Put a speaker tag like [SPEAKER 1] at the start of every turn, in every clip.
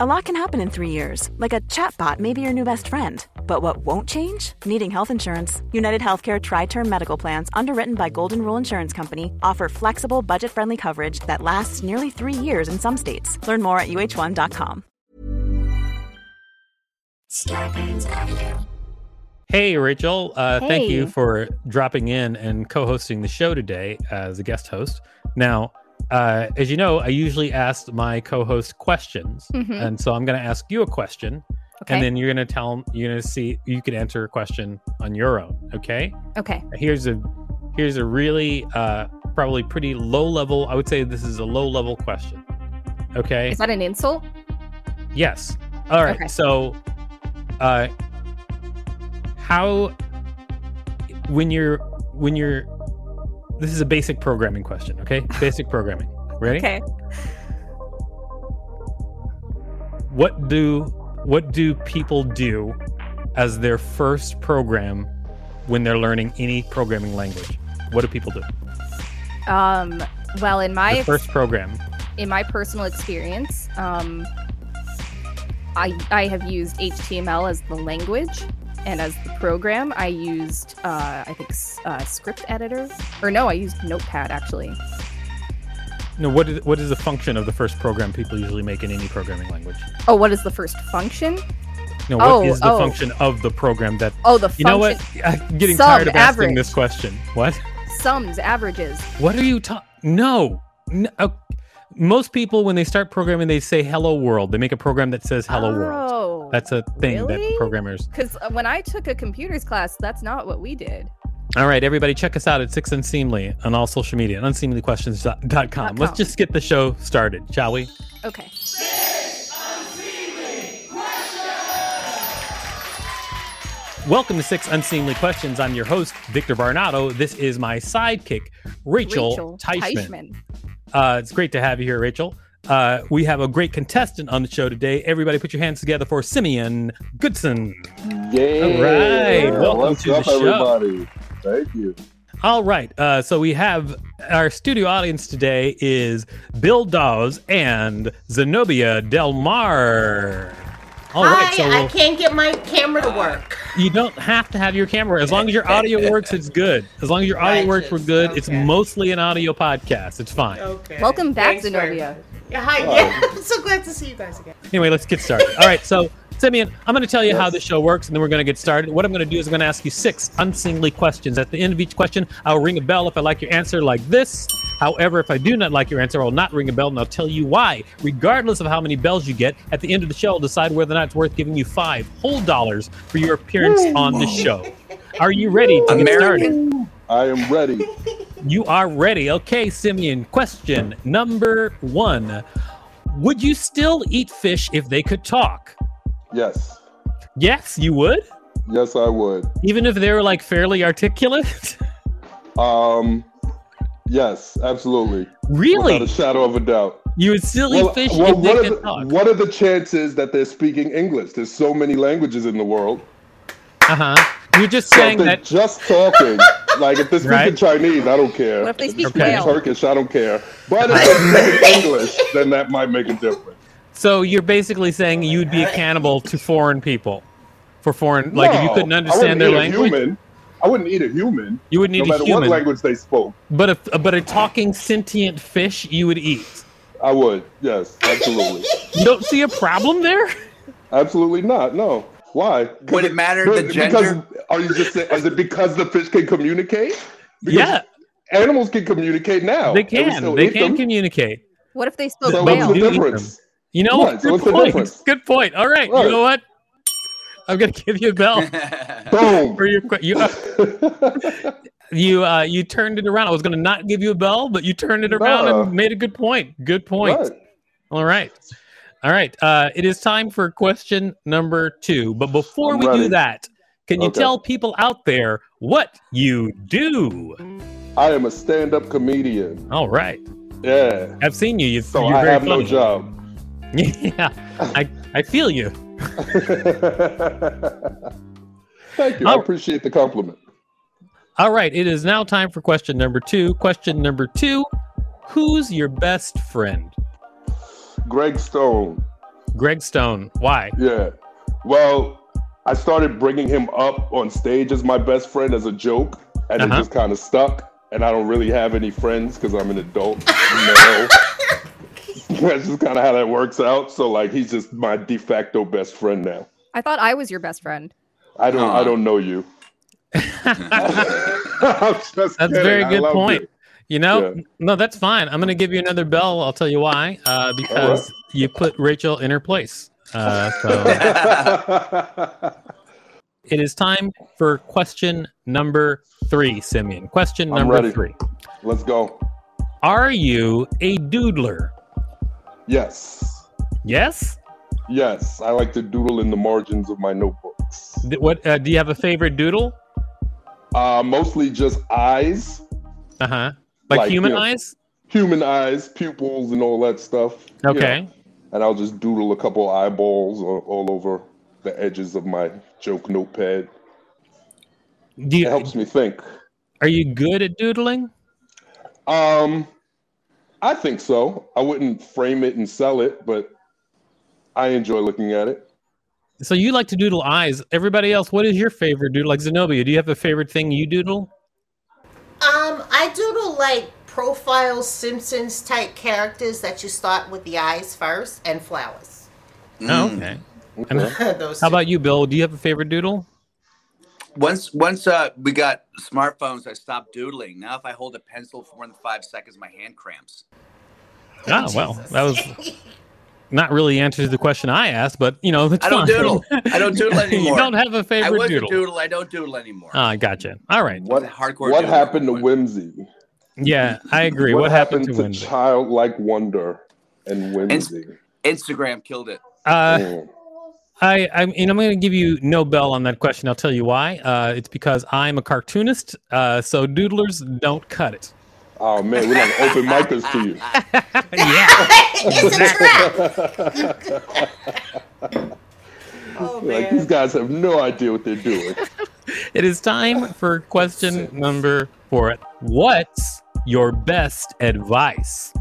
[SPEAKER 1] A lot can happen in three years, like a chatbot may be your new best friend. But what won't change? Needing health insurance. United Healthcare Tri Term Medical Plans, underwritten by Golden Rule Insurance Company, offer flexible, budget friendly coverage that lasts nearly three years in some states. Learn more at uh1.com.
[SPEAKER 2] Hey, Rachel. Uh, Thank you
[SPEAKER 3] Hey.
[SPEAKER 2] for dropping in and co hosting the show today as a guest host. Now, uh, as you know, I usually ask my co host questions.
[SPEAKER 3] Mhm.
[SPEAKER 2] And so I'm going to ask you a question.
[SPEAKER 3] Okay.
[SPEAKER 2] And then you're going to tell, you're going to see, you can answer a question on your own. Okay.
[SPEAKER 3] okay.
[SPEAKER 2] here's a here's a really uh probably pretty low level i would say this is a low level question okay
[SPEAKER 3] Is that an insult?
[SPEAKER 2] yes all right
[SPEAKER 3] Okay.
[SPEAKER 2] so uh how when you're when you're this is a basic programming question okay basic programming ready
[SPEAKER 3] Okay.
[SPEAKER 2] what do what do people do as their first program when they're learning any programming language what do people do
[SPEAKER 3] Um, well, in my
[SPEAKER 2] the first program
[SPEAKER 3] in my personal experience, um, I I have used HTML as the language, and as the program, I used uh, I think s- uh, script editor, or no, I used Notepad actually.
[SPEAKER 2] No, what is what is the function of the first program people usually make in any programming language?
[SPEAKER 3] Oh, what is the first function?
[SPEAKER 2] No, what is
[SPEAKER 3] Oh,
[SPEAKER 2] the
[SPEAKER 3] oh.
[SPEAKER 2] function of the program that
[SPEAKER 3] Oh, the
[SPEAKER 2] you
[SPEAKER 3] function
[SPEAKER 2] know what? I'm getting
[SPEAKER 3] Sum,
[SPEAKER 2] tired of asking this
[SPEAKER 3] average.
[SPEAKER 2] question. What?
[SPEAKER 3] sums averages.
[SPEAKER 2] What are you talking? No, no. uh, Most people when they start programming, they say "Hello World." They make a program that says "Hello World."
[SPEAKER 3] Oh,
[SPEAKER 2] That's a thing that
[SPEAKER 3] really?
[SPEAKER 2] programmers.
[SPEAKER 3] because when I took a computers class, that's not what we did.
[SPEAKER 2] All right, everybody, check us out at Six Unseemly on all social media, at unseemlyquestions.com. Let's
[SPEAKER 3] com.
[SPEAKER 2] just get the show started, shall we?
[SPEAKER 3] Okay.
[SPEAKER 2] Welcome to Six Unseemly Questions. I'm your host, Victor Barnato. This is my sidekick, Rachel, Teichman. Uh, it's great to have you here, Rachel. Uh, we have a great contestant on the show today. Everybody, put your hands together for Simeon Goodson.
[SPEAKER 4] Yeah.
[SPEAKER 2] All right, welcome
[SPEAKER 4] What's
[SPEAKER 2] to the
[SPEAKER 4] up,
[SPEAKER 2] show.
[SPEAKER 4] everybody? Thank you.
[SPEAKER 2] All right. Uh, so we have our studio audience today is Bill Dawes and Zenobia Del Mar. All right.
[SPEAKER 5] Hi,
[SPEAKER 2] so
[SPEAKER 5] I can't get my camera to work.
[SPEAKER 2] you don't have to have your camera as long as your audio works. It's good. As long as your audio works, we're
[SPEAKER 5] Righteous,
[SPEAKER 2] good. It's
[SPEAKER 5] okay.
[SPEAKER 2] mostly an audio podcast. It's fine.
[SPEAKER 5] Okay.
[SPEAKER 3] Welcome back,
[SPEAKER 5] Thanks for-
[SPEAKER 3] Zenobia.
[SPEAKER 5] Yeah, hi. Yeah, I'm so glad to see you guys again.
[SPEAKER 2] Anyway, let's get started. All right, so Simeon, I'm going to tell you how this show works, and then we're going to get started. What I'm going to do is I'm going to ask you six unseemly questions. At the end of each question, I'll ring a bell if I like your answer, like this. However, if I do not like your answer, I'll not ring a bell, and I'll tell you why. Regardless of how many bells you get, at the end of the show, I'll decide whether or not it's worth giving you five whole dollars for your appearance on the show. Are you ready to get started?
[SPEAKER 4] I am ready.
[SPEAKER 2] You are ready. Okay, Simeon. Question number one Would you still eat fish if they could talk?
[SPEAKER 4] yes.
[SPEAKER 2] Yes, you would?
[SPEAKER 4] Yes, I would.
[SPEAKER 2] Even if they were like fairly articulate?
[SPEAKER 4] Um, yes, absolutely. Without
[SPEAKER 2] really?
[SPEAKER 4] a shadow of a doubt.
[SPEAKER 2] you would still eat fish if
[SPEAKER 4] what,
[SPEAKER 2] they
[SPEAKER 4] are
[SPEAKER 2] could
[SPEAKER 4] the,
[SPEAKER 2] talk.
[SPEAKER 4] what are the chances that they're speaking English? There's so many languages in the world.
[SPEAKER 2] Uh huh. You're just
[SPEAKER 4] So
[SPEAKER 2] saying
[SPEAKER 4] if they're
[SPEAKER 2] that.
[SPEAKER 4] just talking, like if they're speaking
[SPEAKER 2] Right.
[SPEAKER 4] Chinese, I don't care.
[SPEAKER 3] What if they speak
[SPEAKER 2] Okay.
[SPEAKER 3] whale?
[SPEAKER 4] Turkish, I don't care. But if they're speaking English, then that might make a difference.
[SPEAKER 2] So you're basically saying you'd be a cannibal to foreign people. For foreign, like if you
[SPEAKER 4] No,
[SPEAKER 2] couldn't
[SPEAKER 4] I
[SPEAKER 2] understand
[SPEAKER 4] wouldn't
[SPEAKER 2] their
[SPEAKER 4] eat a
[SPEAKER 2] language,
[SPEAKER 4] Human. I wouldn't eat a human.
[SPEAKER 2] you would
[SPEAKER 4] no
[SPEAKER 2] need a
[SPEAKER 4] matter what
[SPEAKER 2] human.
[SPEAKER 4] language they spoke.
[SPEAKER 2] but a but a talking sentient fish, you would eat.
[SPEAKER 4] I would. Yes, absolutely.
[SPEAKER 2] You don't see a problem there.
[SPEAKER 4] absolutely not. No. Why?
[SPEAKER 6] Would it matter the
[SPEAKER 4] Because-
[SPEAKER 6] gender?
[SPEAKER 4] Because are you just saying, is it because the fish can communicate? Because oh,
[SPEAKER 2] yeah,
[SPEAKER 4] Animals can communicate now.
[SPEAKER 2] they
[SPEAKER 4] and we
[SPEAKER 2] can.
[SPEAKER 4] still
[SPEAKER 2] They
[SPEAKER 4] eat
[SPEAKER 2] can
[SPEAKER 4] them.
[SPEAKER 2] communicate.
[SPEAKER 3] What if they spoke
[SPEAKER 4] So
[SPEAKER 2] But
[SPEAKER 4] what's
[SPEAKER 3] whale?
[SPEAKER 4] the
[SPEAKER 2] we do eat
[SPEAKER 4] difference?
[SPEAKER 2] You know,
[SPEAKER 4] Right, so
[SPEAKER 2] good
[SPEAKER 4] what's the
[SPEAKER 2] point.
[SPEAKER 4] difference?
[SPEAKER 2] Good point. All right,
[SPEAKER 4] Right.
[SPEAKER 2] you know what? I'm gonna give you a bell
[SPEAKER 4] Boom.
[SPEAKER 2] for your que- you. you uh you turned it around. I was gonna not give you a bell, but you turned it around
[SPEAKER 4] No.
[SPEAKER 2] and made a good point. Good point.
[SPEAKER 4] Right.
[SPEAKER 2] All right. All right. Uh it is time for question number two. But before
[SPEAKER 4] I'm
[SPEAKER 2] we do
[SPEAKER 4] ready.
[SPEAKER 2] that, can you
[SPEAKER 4] Okay.
[SPEAKER 2] tell people out there what you do?
[SPEAKER 4] I am a stand-up comedian.
[SPEAKER 2] All right.
[SPEAKER 4] Yeah.
[SPEAKER 2] I've seen you. You've,
[SPEAKER 4] So
[SPEAKER 2] you're
[SPEAKER 4] I
[SPEAKER 2] very
[SPEAKER 4] have
[SPEAKER 2] funny.
[SPEAKER 4] no job.
[SPEAKER 2] Yeah. I I feel you.
[SPEAKER 4] Thank you. I
[SPEAKER 2] Oh.
[SPEAKER 4] appreciate the compliment.
[SPEAKER 2] All right. It is now time for question number two. Question number two. Who's your best friend?
[SPEAKER 4] Greg Stone.
[SPEAKER 2] Greg Stone. Why?
[SPEAKER 4] Yeah. Well, I started bringing him up on stage as my best friend as a joke, and
[SPEAKER 2] Uh-huh.
[SPEAKER 4] it just kind of stuck. And I don't really have any friends because I'm an adult male. That's just kind of how that works out. So like, he's just my de facto best friend now.
[SPEAKER 3] I thought I was your best friend.
[SPEAKER 4] I don't.
[SPEAKER 6] Aw.
[SPEAKER 4] I don't know you. I'm just
[SPEAKER 2] That's a
[SPEAKER 4] kidding.
[SPEAKER 2] very
[SPEAKER 4] I
[SPEAKER 2] good
[SPEAKER 4] love
[SPEAKER 2] point.
[SPEAKER 4] you.
[SPEAKER 2] You know,
[SPEAKER 4] Yeah.
[SPEAKER 2] no, that's fine. I'm going to give you another bell. I'll tell you why. Uh, because you put Rachel in her place. Uh, so it is time for question number three, Simeon. Question
[SPEAKER 4] I'm
[SPEAKER 2] number
[SPEAKER 4] ready.
[SPEAKER 2] three.
[SPEAKER 4] Let's go.
[SPEAKER 2] Are you a doodler?
[SPEAKER 4] Yes.
[SPEAKER 2] Yes.
[SPEAKER 4] Yes. I like to doodle in the margins of my notebooks.
[SPEAKER 2] Th- What uh, do you have a favorite doodle?
[SPEAKER 4] Uh, mostly just eyes,
[SPEAKER 2] Uh huh. Like,
[SPEAKER 4] Like,
[SPEAKER 2] human
[SPEAKER 4] yeah.
[SPEAKER 2] eyes.
[SPEAKER 4] human eyes, pupils, and all that stuff. you
[SPEAKER 2] Okay.
[SPEAKER 4] know. and I'll just doodle a couple eyeballs all, all over the edges of my joke notepad.
[SPEAKER 2] Do
[SPEAKER 4] It
[SPEAKER 2] you
[SPEAKER 4] helps me think.
[SPEAKER 2] are you good at doodling?
[SPEAKER 4] Um, I think so. I wouldn't frame it and sell it, but I enjoy looking at it.
[SPEAKER 2] So you like to doodle eyes. Everybody else, what is your favorite doodle? Like Zenobia, do you have a favorite thing you doodle?
[SPEAKER 5] Um, I doodle like profile Simpsons type characters that you start with the eyes first and flowers.
[SPEAKER 2] No. Oh, okay.
[SPEAKER 4] Mm. Okay.
[SPEAKER 5] Those
[SPEAKER 2] How
[SPEAKER 5] two.
[SPEAKER 2] about you, Bill? Do you have a favorite doodle?
[SPEAKER 6] Once once uh, we got smartphones, I stopped doodling. Now if I hold a pencil for more than five seconds, my hand cramps.
[SPEAKER 2] Ah, well, that was not really answers the question I asked, but you know, it's
[SPEAKER 6] I
[SPEAKER 2] fine.
[SPEAKER 6] don't doodle. I don't doodle anymore.
[SPEAKER 2] you don't have a
[SPEAKER 6] I
[SPEAKER 2] favorite
[SPEAKER 6] was
[SPEAKER 2] doodle.
[SPEAKER 6] a doodle. I don't doodle anymore.
[SPEAKER 2] Ah, gotcha. All right.
[SPEAKER 4] What
[SPEAKER 6] Hardcore
[SPEAKER 4] What
[SPEAKER 6] doodler.
[SPEAKER 4] happened to whimsy?
[SPEAKER 2] Yeah, I agree. What, happened, to Wednesday?
[SPEAKER 4] childlike wonder and whimsy?
[SPEAKER 6] Instagram killed it.
[SPEAKER 2] Uh,
[SPEAKER 4] Mm.
[SPEAKER 2] I, I'm, and I'm going to give you no bell on that question. I'll tell you why. Uh, it's because I'm a cartoonist, uh, so doodlers don't cut it.
[SPEAKER 4] Oh man, we're like open micers to you.
[SPEAKER 2] yeah.
[SPEAKER 5] it's a trap. oh
[SPEAKER 4] Like these
[SPEAKER 5] man.
[SPEAKER 4] guys have no idea what they're doing.
[SPEAKER 2] It is time for question number four. What's your best advice?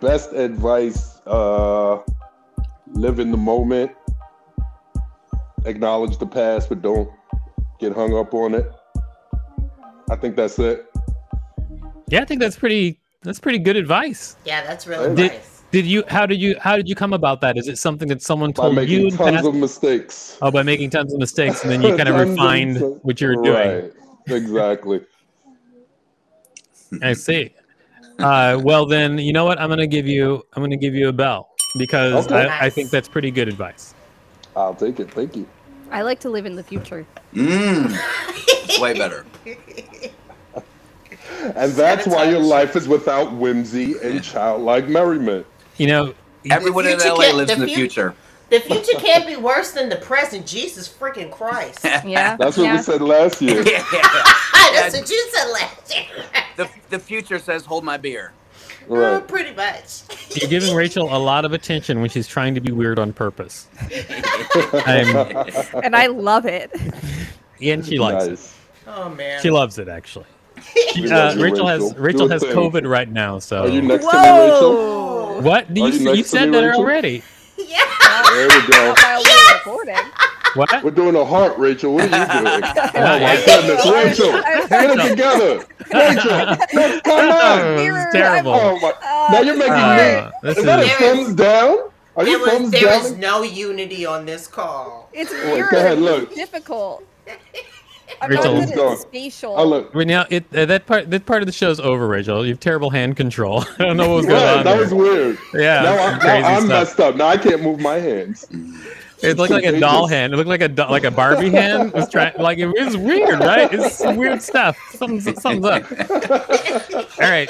[SPEAKER 4] Best advice: uh, live in the moment, acknowledge the past, but don't get hung up on it. I think that's it.
[SPEAKER 2] Yeah, I think that's pretty. That's pretty good advice.
[SPEAKER 5] Yeah, that's really
[SPEAKER 2] Did-
[SPEAKER 5] nice.
[SPEAKER 2] Did you? How did you? How did you come about that? Is it something that someone
[SPEAKER 4] By
[SPEAKER 2] told you?
[SPEAKER 4] making
[SPEAKER 2] in
[SPEAKER 4] tons
[SPEAKER 2] past-
[SPEAKER 4] of mistakes.
[SPEAKER 2] oh, by making tons of mistakes, and then you kind of
[SPEAKER 4] Tons
[SPEAKER 2] refined
[SPEAKER 4] mistakes.
[SPEAKER 2] what you were doing.
[SPEAKER 4] Right. Exactly.
[SPEAKER 2] I see. Uh, well, then you know what? I'm going to give you. I'm going to give you a bell because
[SPEAKER 4] Okay.
[SPEAKER 2] I, I
[SPEAKER 5] Nice.
[SPEAKER 2] think that's pretty good advice.
[SPEAKER 4] I'll take it. Thank you.
[SPEAKER 3] I like to live in the future.
[SPEAKER 6] Mm. It's way better.
[SPEAKER 4] And that's why your life is without whimsy and childlike merriment.
[SPEAKER 2] You know,
[SPEAKER 6] Everyone in
[SPEAKER 5] future
[SPEAKER 6] LA
[SPEAKER 5] can't-
[SPEAKER 6] lives in
[SPEAKER 5] the
[SPEAKER 6] the
[SPEAKER 5] fu-
[SPEAKER 6] future.
[SPEAKER 5] The future can't be worse than the present. Jesus freaking Christ. Ah,
[SPEAKER 3] Yeah.
[SPEAKER 4] That's what we
[SPEAKER 3] yeah.
[SPEAKER 4] said last year.
[SPEAKER 5] That's what you said last year.
[SPEAKER 6] the, the future says, hold my beer.
[SPEAKER 5] Oh,
[SPEAKER 4] Right.
[SPEAKER 5] pretty much.
[SPEAKER 2] you're giving Rachel a lot of attention when she's trying to be weird on purpose. I'm,
[SPEAKER 3] And I love it.
[SPEAKER 2] and she likes it.
[SPEAKER 4] Nice.
[SPEAKER 5] Oh man.
[SPEAKER 2] She loves it actually.
[SPEAKER 4] We
[SPEAKER 2] Uh,
[SPEAKER 4] love you,
[SPEAKER 2] Rachel has
[SPEAKER 4] Do
[SPEAKER 2] Rachel
[SPEAKER 4] a
[SPEAKER 2] has
[SPEAKER 4] thing.
[SPEAKER 2] COVID right now, so
[SPEAKER 4] Are you next
[SPEAKER 3] Whoa.
[SPEAKER 2] what do
[SPEAKER 4] Are
[SPEAKER 2] you?
[SPEAKER 4] you
[SPEAKER 2] You,
[SPEAKER 4] next to
[SPEAKER 2] said
[SPEAKER 4] me,
[SPEAKER 2] that
[SPEAKER 4] Rachel?
[SPEAKER 2] already.
[SPEAKER 4] to
[SPEAKER 5] yeah.
[SPEAKER 4] me, Rachel? There we go.
[SPEAKER 3] While we were recording.
[SPEAKER 2] What?
[SPEAKER 4] We're doing a heart, Rachel. What are you doing? Oh my
[SPEAKER 2] yeah.
[SPEAKER 4] goodness, Rachel, get it
[SPEAKER 2] Rachel.
[SPEAKER 4] together, Rachel. no, Come
[SPEAKER 2] Oh,
[SPEAKER 4] on.
[SPEAKER 2] it
[SPEAKER 3] Mirror,
[SPEAKER 2] was
[SPEAKER 3] I'm-
[SPEAKER 2] terrible.
[SPEAKER 4] Oh my! Now you're making
[SPEAKER 2] Uh,
[SPEAKER 4] me.
[SPEAKER 2] this
[SPEAKER 4] Is that a
[SPEAKER 2] is,
[SPEAKER 5] There is-
[SPEAKER 4] thumbs down? Are
[SPEAKER 5] There
[SPEAKER 4] you
[SPEAKER 5] was
[SPEAKER 4] thumbs
[SPEAKER 5] there is
[SPEAKER 4] down?
[SPEAKER 5] no unity on this call.
[SPEAKER 3] It's
[SPEAKER 4] go
[SPEAKER 3] weird.
[SPEAKER 4] ahead, look.
[SPEAKER 3] It's difficult. I'm
[SPEAKER 2] Rachel,
[SPEAKER 3] not
[SPEAKER 2] it's
[SPEAKER 3] good
[SPEAKER 4] gone.
[SPEAKER 3] at spatial.
[SPEAKER 4] Oh look.
[SPEAKER 2] Right now, it uh, that part that part of the show's over, Rachel. You have terrible hand control. I don't know what was going
[SPEAKER 4] Right,
[SPEAKER 2] on.
[SPEAKER 4] that
[SPEAKER 2] there.
[SPEAKER 4] was weird.
[SPEAKER 2] Yeah,
[SPEAKER 4] now
[SPEAKER 2] some
[SPEAKER 4] I'm,
[SPEAKER 2] crazy
[SPEAKER 4] now I'm
[SPEAKER 2] stuff.
[SPEAKER 4] messed up. Now I can't move my hands.
[SPEAKER 2] It looked like a doll
[SPEAKER 4] contagious.
[SPEAKER 2] hand. It looked like a do- like a Barbie hand was trying. Like it was weird, right? It's some weird stuff. Something's, something's up. All right.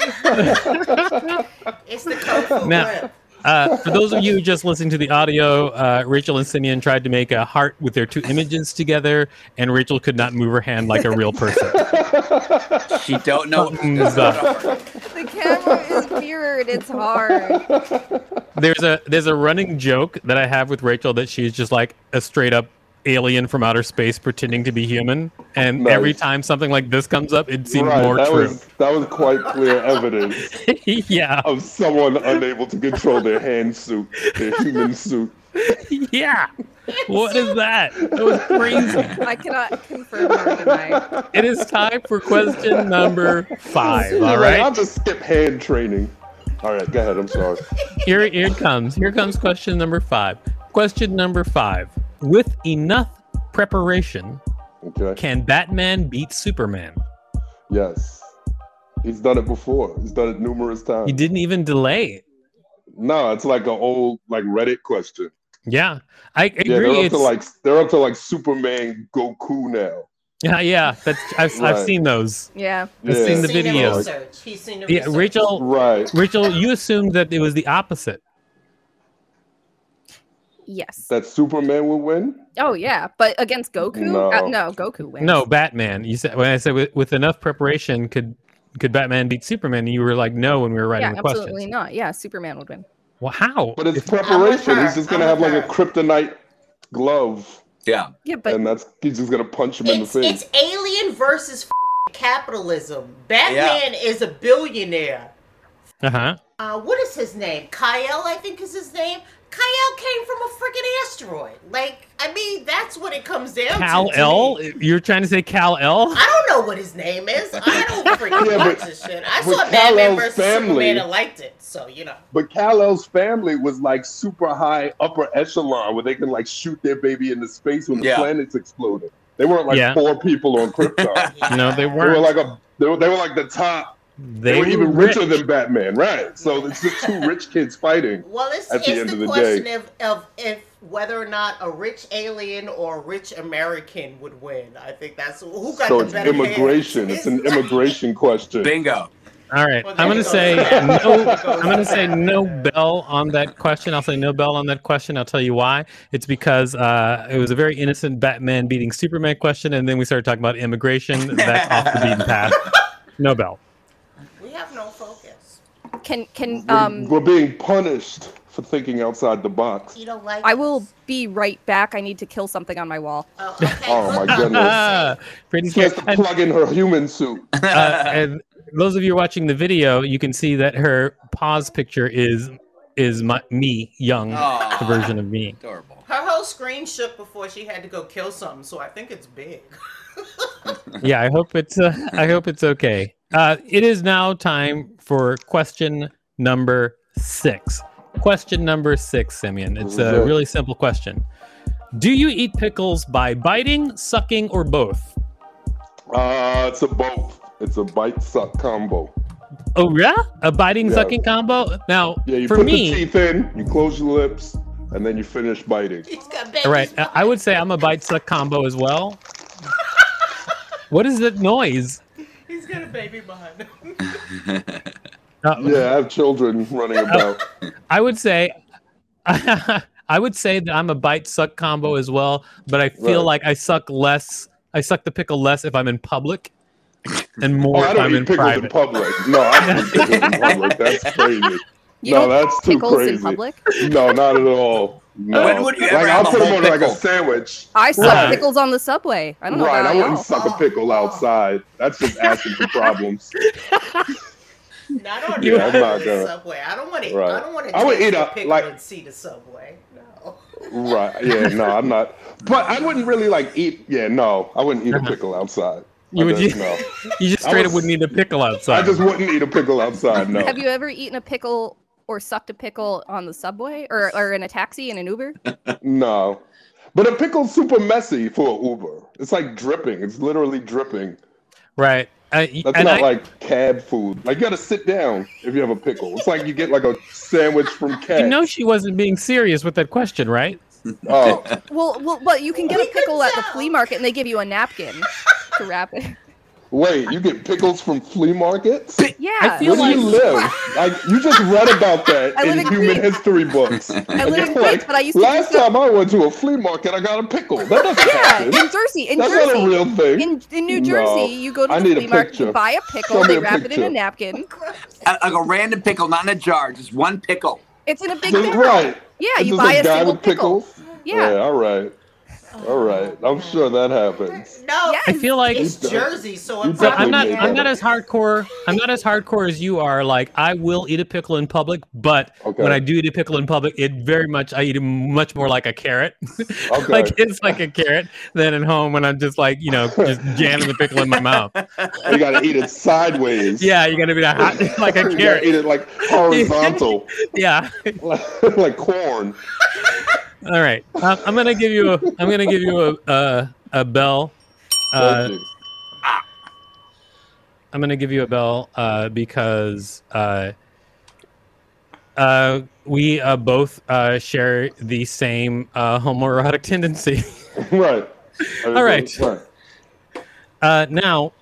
[SPEAKER 5] It's the code
[SPEAKER 2] Now-
[SPEAKER 5] flip.
[SPEAKER 2] Uh, for those of you just listening to the audio, uh, Rachel and Simeon tried to make a heart with their two images together, and Rachel could not move her hand like a real person.
[SPEAKER 6] She don't know.
[SPEAKER 2] Something's up.
[SPEAKER 3] The camera is mirrored. It's hard.
[SPEAKER 2] There's a there's a running joke that I have with Rachel that she's just like a straight up alien from outer space pretending to be human. And
[SPEAKER 4] Nice.
[SPEAKER 2] every time something like this comes up, it seems
[SPEAKER 4] right,
[SPEAKER 2] more
[SPEAKER 4] that
[SPEAKER 2] true.
[SPEAKER 4] was that was quite clear evidence
[SPEAKER 2] yeah,
[SPEAKER 4] of someone unable to control their hand suit, their human suit.
[SPEAKER 2] yeah. What is that? That was crazy.
[SPEAKER 3] I cannot confirm or deny.
[SPEAKER 2] It is time for question number five. All
[SPEAKER 4] Like, I'll
[SPEAKER 2] right,
[SPEAKER 4] just skip hand training. All right, go ahead. I'm sorry.
[SPEAKER 2] here, here it comes. Here comes question number five. Question number five. With enough preparation,
[SPEAKER 4] Okay.
[SPEAKER 2] can Batman beat Superman?
[SPEAKER 4] Yes. He's done it before. He's done it numerous times.
[SPEAKER 2] He didn't even delay.
[SPEAKER 4] No, it's like an old like Reddit question.
[SPEAKER 2] Yeah, I agree.
[SPEAKER 4] Yeah, they're up
[SPEAKER 2] it's,
[SPEAKER 4] to like they're up to like Superman Goku now.
[SPEAKER 2] yeah, yeah. That's I've, I've
[SPEAKER 4] Right.
[SPEAKER 2] seen those.
[SPEAKER 3] Yeah.
[SPEAKER 2] I've
[SPEAKER 4] Yeah.
[SPEAKER 2] seen the
[SPEAKER 5] Seen
[SPEAKER 2] video.
[SPEAKER 5] research. He's seen the
[SPEAKER 2] Yeah,
[SPEAKER 5] research.
[SPEAKER 2] Rachel,
[SPEAKER 4] Right.
[SPEAKER 2] Rachel, you assumed that it was the opposite.
[SPEAKER 3] Yes.
[SPEAKER 4] That Superman will win?
[SPEAKER 3] oh yeah, but against Goku?
[SPEAKER 4] No.
[SPEAKER 3] Uh, no, Goku wins.
[SPEAKER 2] No, Batman. You said when I said with, with enough preparation, could could Batman beat Superman? And you were like, no, when we were writing
[SPEAKER 3] Yeah,
[SPEAKER 2] the
[SPEAKER 3] absolutely
[SPEAKER 2] questions.
[SPEAKER 3] not. Yeah, Superman would win.
[SPEAKER 2] Well, how?
[SPEAKER 4] But it's
[SPEAKER 5] with
[SPEAKER 4] preparation.
[SPEAKER 5] her.
[SPEAKER 4] He's just gonna have
[SPEAKER 5] I'm with
[SPEAKER 4] like a kryptonite glove
[SPEAKER 6] Yeah.
[SPEAKER 3] Yeah, but
[SPEAKER 4] and that's he's just gonna punch him in the
[SPEAKER 5] It's,
[SPEAKER 4] face.
[SPEAKER 5] it's alien versus f- capitalism. Batman is a billionaire.
[SPEAKER 2] Uh huh.
[SPEAKER 5] Uh, what is his name? Kyle, I think is his name. Kyle came from a freaking asteroid. Like, I mean, that's what it comes down
[SPEAKER 2] Cal
[SPEAKER 5] to. to
[SPEAKER 2] L.
[SPEAKER 5] me.
[SPEAKER 2] You're trying to say Cal L.
[SPEAKER 5] I don't know what his name is. I don't freaking
[SPEAKER 4] Yeah,
[SPEAKER 5] watch
[SPEAKER 4] but-
[SPEAKER 5] this shit. I
[SPEAKER 4] but
[SPEAKER 5] saw Batman
[SPEAKER 4] Kal-El's
[SPEAKER 5] versus
[SPEAKER 4] family-
[SPEAKER 5] Superman and liked it. So, you know.
[SPEAKER 4] But Kal-El's family was like super high upper echelon where they can like shoot their baby into space when the
[SPEAKER 6] Yeah.
[SPEAKER 4] planets exploded. They weren't like
[SPEAKER 2] Yeah.
[SPEAKER 4] four people on Krypton.
[SPEAKER 2] No, they
[SPEAKER 4] they were
[SPEAKER 2] weren't.
[SPEAKER 4] like a they were, they were like the top. They, were, even richer than Batman, right? So it's just two rich kids fighting.
[SPEAKER 5] Well, it's,
[SPEAKER 4] At the
[SPEAKER 5] it's
[SPEAKER 4] end
[SPEAKER 5] the,
[SPEAKER 4] of the
[SPEAKER 5] question
[SPEAKER 4] day.
[SPEAKER 5] of, of if whether or not a rich alien or a rich American would win. I think that's who got
[SPEAKER 4] So
[SPEAKER 5] the
[SPEAKER 4] it's
[SPEAKER 5] better hand.
[SPEAKER 4] immigration. It's an immigration question.
[SPEAKER 6] Bingo.
[SPEAKER 2] All right,
[SPEAKER 5] Well, there
[SPEAKER 2] I'm gonna
[SPEAKER 5] you go.
[SPEAKER 2] say no. I'm gonna say
[SPEAKER 5] Yeah.
[SPEAKER 2] no bell on that question. I'll say no bell on that question. I'll tell you why. It's because uh, it was a very innocent Batman beating Superman question, and then we started talking about immigration. That's off the beaten path. No bell.
[SPEAKER 5] We have no focus.
[SPEAKER 3] can can
[SPEAKER 4] We're,
[SPEAKER 3] um
[SPEAKER 4] we're being punished for thinking outside the box.
[SPEAKER 5] You don't like.
[SPEAKER 3] I will be right back. I need to kill something on my wall.
[SPEAKER 5] Oh, okay.
[SPEAKER 4] Oh, my
[SPEAKER 5] Look,
[SPEAKER 4] goodness.
[SPEAKER 5] I'm
[SPEAKER 2] Ah, pretty
[SPEAKER 4] She
[SPEAKER 2] scary.
[SPEAKER 4] has to
[SPEAKER 2] And,
[SPEAKER 4] plug in her human suit.
[SPEAKER 2] uh, and those of you watching the video, you can see that her pause picture is is my, me young,
[SPEAKER 5] Oh.
[SPEAKER 6] Aw.
[SPEAKER 2] the version of me.
[SPEAKER 6] Adorable.
[SPEAKER 5] Her whole screen shook before she had to go kill something, so I think it's big.
[SPEAKER 2] yeah, I hope it's uh, I hope it's okay. Uh, it is now time for question number six. Question number six, Simeon. It's a
[SPEAKER 4] Okay.
[SPEAKER 2] really simple question. Do you eat pickles by biting, sucking, or both?
[SPEAKER 4] Uh, it's a both. It's a bite suck combo.
[SPEAKER 2] Oh yeah, a biting
[SPEAKER 4] Yeah.
[SPEAKER 2] sucking combo. Now
[SPEAKER 4] Yeah, you
[SPEAKER 2] for
[SPEAKER 4] put
[SPEAKER 2] me,
[SPEAKER 4] the teeth in, you close your lips, and then you finish biting.
[SPEAKER 5] She's got babies.
[SPEAKER 2] all right, I I would say I'm a bite suck combo as well. what is that noise?
[SPEAKER 5] He's got a baby behind him.
[SPEAKER 2] Uh,
[SPEAKER 4] Yeah, I have children running about.
[SPEAKER 2] I would say, I would say that I'm a bite suck combo as well, but I feel like
[SPEAKER 4] Right.
[SPEAKER 2] I suck less. I suck the pickle less if I'm in public, and
[SPEAKER 4] Oh,
[SPEAKER 2] more
[SPEAKER 4] I
[SPEAKER 2] if
[SPEAKER 4] don't
[SPEAKER 2] I'm in
[SPEAKER 4] eat pickles
[SPEAKER 2] private.
[SPEAKER 4] in public. No, I don't eat pickles in public. That's crazy.
[SPEAKER 3] You
[SPEAKER 4] no,
[SPEAKER 3] don't
[SPEAKER 4] that's too
[SPEAKER 3] pickles
[SPEAKER 4] crazy.
[SPEAKER 3] in public?
[SPEAKER 4] No, not at all. No.
[SPEAKER 6] When would you ever
[SPEAKER 4] like,
[SPEAKER 6] have
[SPEAKER 4] I'll
[SPEAKER 6] a
[SPEAKER 4] put them
[SPEAKER 6] whole
[SPEAKER 4] on like a
[SPEAKER 6] pickle?
[SPEAKER 4] sandwich.
[SPEAKER 3] I suck
[SPEAKER 2] Right.
[SPEAKER 3] pickles on the subway. I don't know
[SPEAKER 4] Right,
[SPEAKER 3] about
[SPEAKER 4] I
[SPEAKER 3] y'all.
[SPEAKER 4] wouldn't suck a pickle outside. That's just asking for problems.
[SPEAKER 5] Not on
[SPEAKER 4] Yeah,
[SPEAKER 5] the
[SPEAKER 4] I'm not gonna-
[SPEAKER 5] subway. I don't want to.
[SPEAKER 4] Right.
[SPEAKER 5] I don't want to.
[SPEAKER 4] I would eat
[SPEAKER 5] a
[SPEAKER 4] a-
[SPEAKER 5] pickle
[SPEAKER 4] like-
[SPEAKER 5] and see the subway. No.
[SPEAKER 4] Right. Yeah, no, I'm not. But I wouldn't really like eat. Yeah, no, I wouldn't eat
[SPEAKER 6] Uh-huh.
[SPEAKER 4] a pickle outside.
[SPEAKER 2] You would
[SPEAKER 4] I
[SPEAKER 2] eat-
[SPEAKER 4] just, no.
[SPEAKER 2] You just
[SPEAKER 4] I
[SPEAKER 2] straight up
[SPEAKER 4] was-
[SPEAKER 2] wouldn't eat a pickle outside.
[SPEAKER 4] I just wouldn't eat a pickle outside. No.
[SPEAKER 3] Have you ever eaten a pickle or sucked a pickle on the subway or, or in a taxi in an Uber?
[SPEAKER 4] No. But a pickle's super messy for an Uber. It's like dripping. It's literally dripping.
[SPEAKER 2] right. I-
[SPEAKER 4] That's
[SPEAKER 2] and
[SPEAKER 4] not
[SPEAKER 2] I-
[SPEAKER 4] like cab food. Like you gotta sit down if you have a pickle. It's like you get like a sandwich from cab.
[SPEAKER 2] you know she wasn't being serious with that question, right?
[SPEAKER 4] oh,
[SPEAKER 3] Well, well, well you can get
[SPEAKER 5] We
[SPEAKER 3] a
[SPEAKER 5] could
[SPEAKER 3] pickle at the
[SPEAKER 5] tell.
[SPEAKER 3] flea market and they give you a napkin to wrap it.
[SPEAKER 4] wait, you get pickles from flea markets?
[SPEAKER 3] Yeah.
[SPEAKER 2] I feel
[SPEAKER 4] Where do you live? Like you just read about that
[SPEAKER 3] I live
[SPEAKER 4] in
[SPEAKER 3] in
[SPEAKER 4] human
[SPEAKER 3] Queens.
[SPEAKER 4] history books.
[SPEAKER 3] I live in
[SPEAKER 4] Like,
[SPEAKER 3] Queens, but I used to do
[SPEAKER 4] last
[SPEAKER 3] so-
[SPEAKER 4] time I went to a flea market, I got a pickle. That doesn't
[SPEAKER 3] Yeah,
[SPEAKER 4] happen.
[SPEAKER 3] in Jersey, in
[SPEAKER 4] That's
[SPEAKER 3] Jersey,
[SPEAKER 4] not a real thing.
[SPEAKER 3] in, in New
[SPEAKER 4] No.
[SPEAKER 3] Jersey, you go to
[SPEAKER 4] I
[SPEAKER 3] the
[SPEAKER 4] need a
[SPEAKER 3] flea market,
[SPEAKER 4] picture.
[SPEAKER 3] you buy a pickle,
[SPEAKER 4] Show me
[SPEAKER 3] they
[SPEAKER 4] a
[SPEAKER 3] wrap it in a
[SPEAKER 4] picture.
[SPEAKER 3] napkin.
[SPEAKER 6] A- Like a random pickle, not in a jar, just one pickle.
[SPEAKER 3] It's in a big
[SPEAKER 4] That's
[SPEAKER 3] barrel.
[SPEAKER 4] right.
[SPEAKER 3] Yeah,
[SPEAKER 4] It's
[SPEAKER 3] you
[SPEAKER 4] just
[SPEAKER 3] buy a
[SPEAKER 4] guy
[SPEAKER 3] single
[SPEAKER 4] with
[SPEAKER 3] pickle.
[SPEAKER 4] pickles.
[SPEAKER 3] Yeah.
[SPEAKER 4] all right. All right. I'm sure that happens.
[SPEAKER 5] No,
[SPEAKER 2] I feel like
[SPEAKER 5] it's Jersey, so
[SPEAKER 4] You
[SPEAKER 5] I'm
[SPEAKER 2] So
[SPEAKER 4] That
[SPEAKER 2] I'm
[SPEAKER 4] would
[SPEAKER 2] not.
[SPEAKER 4] be
[SPEAKER 2] I'm
[SPEAKER 4] better.
[SPEAKER 2] not as hardcore. I'm not as hardcore as you are. Like I will eat a pickle in public, but
[SPEAKER 4] Okay.
[SPEAKER 2] when I do eat a pickle in public, it very much I eat it much more like a carrot.
[SPEAKER 4] Okay.
[SPEAKER 2] like it's like a carrot than at home when I'm just like you know just jamming the pickle in my mouth.
[SPEAKER 4] you gotta eat it sideways.
[SPEAKER 2] Yeah, you're gonna be like, like a
[SPEAKER 4] You gotta eat
[SPEAKER 2] carrot.
[SPEAKER 4] it like horizontal,
[SPEAKER 2] Yeah.
[SPEAKER 4] like, like corn.
[SPEAKER 2] All right. Um, I'm gonna give you a. I'm gonna give you a a, a bell. Uh,
[SPEAKER 4] Thank you.
[SPEAKER 2] I'm gonna give you a bell uh, because uh, uh, we uh, both uh, share the same uh, homoerotic tendency.
[SPEAKER 4] Right.
[SPEAKER 2] All right.
[SPEAKER 4] right.
[SPEAKER 2] Uh, now,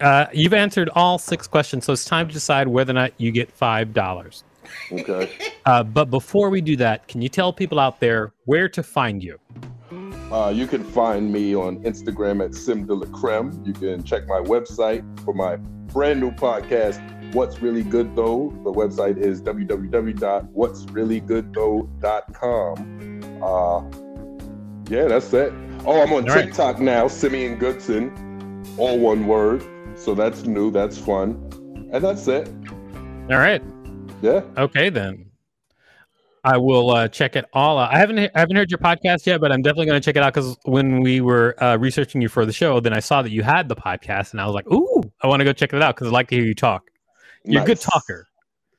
[SPEAKER 2] uh, you've answered all six questions, so it's time to decide whether or not you get five dollars.
[SPEAKER 4] Okay.
[SPEAKER 2] Uh, but before we do that, can you tell people out there where to find you?
[SPEAKER 4] Uh, you can find me on Instagram at Sim de la Creme. You can check my website for my brand new podcast, What's Really Good Though. The website is www.what'sreallygoodthough.com. Uh, yeah, that's it. Oh, I'm on
[SPEAKER 2] All right.
[SPEAKER 4] TikTok now, Simeon Goodson, all one word. So that's new, that's fun. And that's it.
[SPEAKER 2] All right.
[SPEAKER 4] Yeah.
[SPEAKER 2] Okay, then. I will uh, check it all out. I haven't I haven't heard your podcast yet, but I'm definitely going to check it out because when we were uh, researching you for the show, then I saw that you had the podcast, and I was like, "Ooh, I want to go check it out because I like to hear you talk. You're a good
[SPEAKER 4] Nice.
[SPEAKER 2] talker."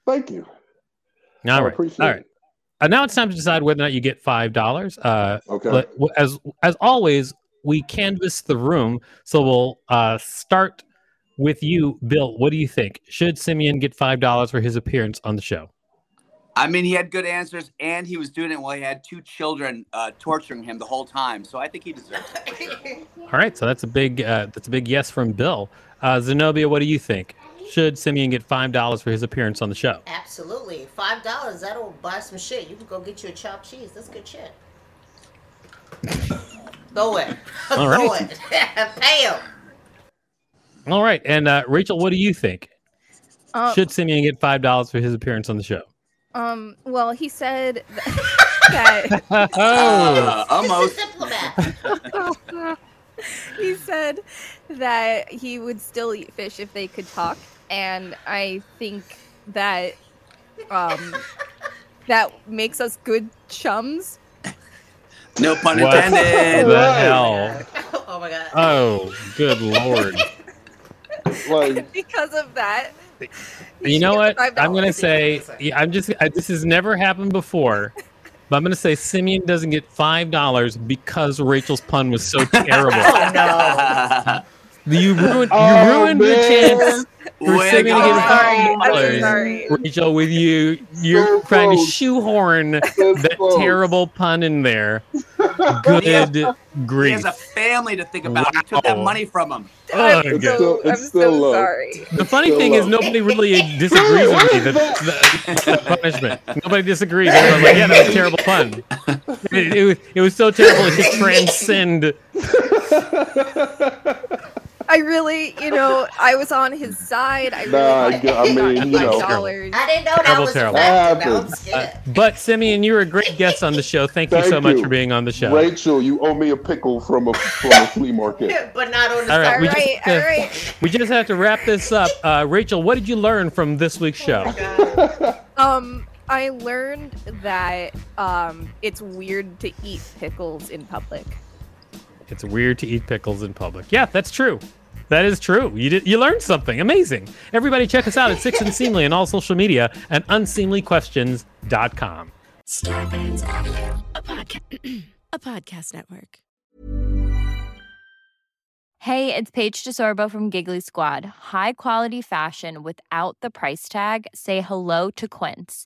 [SPEAKER 4] Thank you.
[SPEAKER 2] All
[SPEAKER 4] I
[SPEAKER 2] right,
[SPEAKER 4] appreciate
[SPEAKER 2] all right. Uh, now it's time to decide whether or not you get five dollars. Uh,
[SPEAKER 4] it. Okay.
[SPEAKER 2] but w- as as always, we canvass the room, so we'll uh, start with you, Bill. What do you think? Should Simeon get five dollars for his appearance on the show?
[SPEAKER 6] I mean, he had good answers, and he was doing it while he had two children uh, torturing him the whole time. So I think he deserves it.
[SPEAKER 2] All right, so that's a big uh, that's a big yes from Bill. Uh, Zenobia, what do you think? Should Simeon get five dollars for his appearance on the show?
[SPEAKER 5] Absolutely. Five dollars, that'll buy some shit. You can go get you a chopped cheese. That's good shit. Throw it.
[SPEAKER 2] All
[SPEAKER 5] Throw
[SPEAKER 2] right.
[SPEAKER 5] it. Pay him.
[SPEAKER 2] All right, and uh, Rachel, what do you think?
[SPEAKER 3] Um,
[SPEAKER 2] Should Simeon get five dollars for his appearance on the show?
[SPEAKER 3] um, well, he said th- that
[SPEAKER 2] oh,
[SPEAKER 6] Uh,
[SPEAKER 5] He's
[SPEAKER 6] almost.
[SPEAKER 5] a diplomat.
[SPEAKER 3] he said that he would still eat fish if they could talk, and I think that um, that makes us good chums.
[SPEAKER 6] No pun
[SPEAKER 2] What?
[SPEAKER 6] intended.
[SPEAKER 2] the hell!
[SPEAKER 5] oh my god.
[SPEAKER 2] Oh, good lord!
[SPEAKER 4] Like,
[SPEAKER 3] because of that.
[SPEAKER 2] You know what?
[SPEAKER 3] $5.
[SPEAKER 2] I'm gonna say yeah, I'm just I, this has never happened before, but I'm gonna say Simeon doesn't get five dollars because Rachel's pun was so terrible.
[SPEAKER 5] oh no.
[SPEAKER 2] you ruined you
[SPEAKER 4] Oh,
[SPEAKER 2] ruined the
[SPEAKER 4] man.
[SPEAKER 2] chance We're
[SPEAKER 6] We're
[SPEAKER 2] still
[SPEAKER 6] gonna
[SPEAKER 2] gonna get
[SPEAKER 3] I'm
[SPEAKER 6] get
[SPEAKER 2] fired. $5.
[SPEAKER 3] sorry. I'm sorry.
[SPEAKER 2] Rachel, with you, you're
[SPEAKER 4] So
[SPEAKER 2] trying to
[SPEAKER 4] close.
[SPEAKER 2] shoehorn
[SPEAKER 4] so
[SPEAKER 2] that
[SPEAKER 4] close.
[SPEAKER 2] terrible pun in there. Good
[SPEAKER 6] He
[SPEAKER 2] grief.
[SPEAKER 6] has a family to think about. You took that
[SPEAKER 2] Wow.
[SPEAKER 6] money from him.
[SPEAKER 2] Ugh.
[SPEAKER 3] I'm
[SPEAKER 4] It's
[SPEAKER 3] so,
[SPEAKER 4] still-
[SPEAKER 3] I'm
[SPEAKER 4] it's still
[SPEAKER 3] so
[SPEAKER 4] low.
[SPEAKER 3] sorry.
[SPEAKER 2] The funny thing is, nobody really disagrees with me. The, the, the punishment. Nobody disagrees. Everyone's like, yeah, that was a terrible pun. It, it, was, it was so terrible, it should transcend.
[SPEAKER 3] I really, you know, I was on his side. I really
[SPEAKER 4] Nah,
[SPEAKER 3] thought
[SPEAKER 4] I get- I
[SPEAKER 3] he got
[SPEAKER 4] mean, you know.
[SPEAKER 3] $5.
[SPEAKER 5] I didn't know that
[SPEAKER 2] Terrible,
[SPEAKER 5] was
[SPEAKER 2] terrible.
[SPEAKER 5] terrible. Now I'm
[SPEAKER 4] Happened.
[SPEAKER 5] scared.
[SPEAKER 2] But, Simeon, you were a great guest on the show. Thank, you
[SPEAKER 4] Thank
[SPEAKER 2] so much
[SPEAKER 4] you.
[SPEAKER 2] for being on the show.
[SPEAKER 4] Rachel, you owe me a pickle from a from a flea market.
[SPEAKER 5] but not on the
[SPEAKER 2] All
[SPEAKER 5] side.
[SPEAKER 2] right,
[SPEAKER 3] All
[SPEAKER 2] we just-
[SPEAKER 3] right, all right.
[SPEAKER 2] We just have to wrap this up. Uh, Rachel, what did you learn from this week's show?
[SPEAKER 3] Um, I learned that um, it's weird to eat pickles in public.
[SPEAKER 2] It's weird to eat pickles in public. Yeah, that's true. That is true. You did, you learned something amazing. Everybody check us out at Six Unseemly and all social media and unseemlyquestions.com.
[SPEAKER 7] Starbane's Audio, a, podca- a podcast network.
[SPEAKER 8] Hey, it's Paige DeSorbo from Giggly Squad. High quality fashion without the price tag. Say hello to Quince.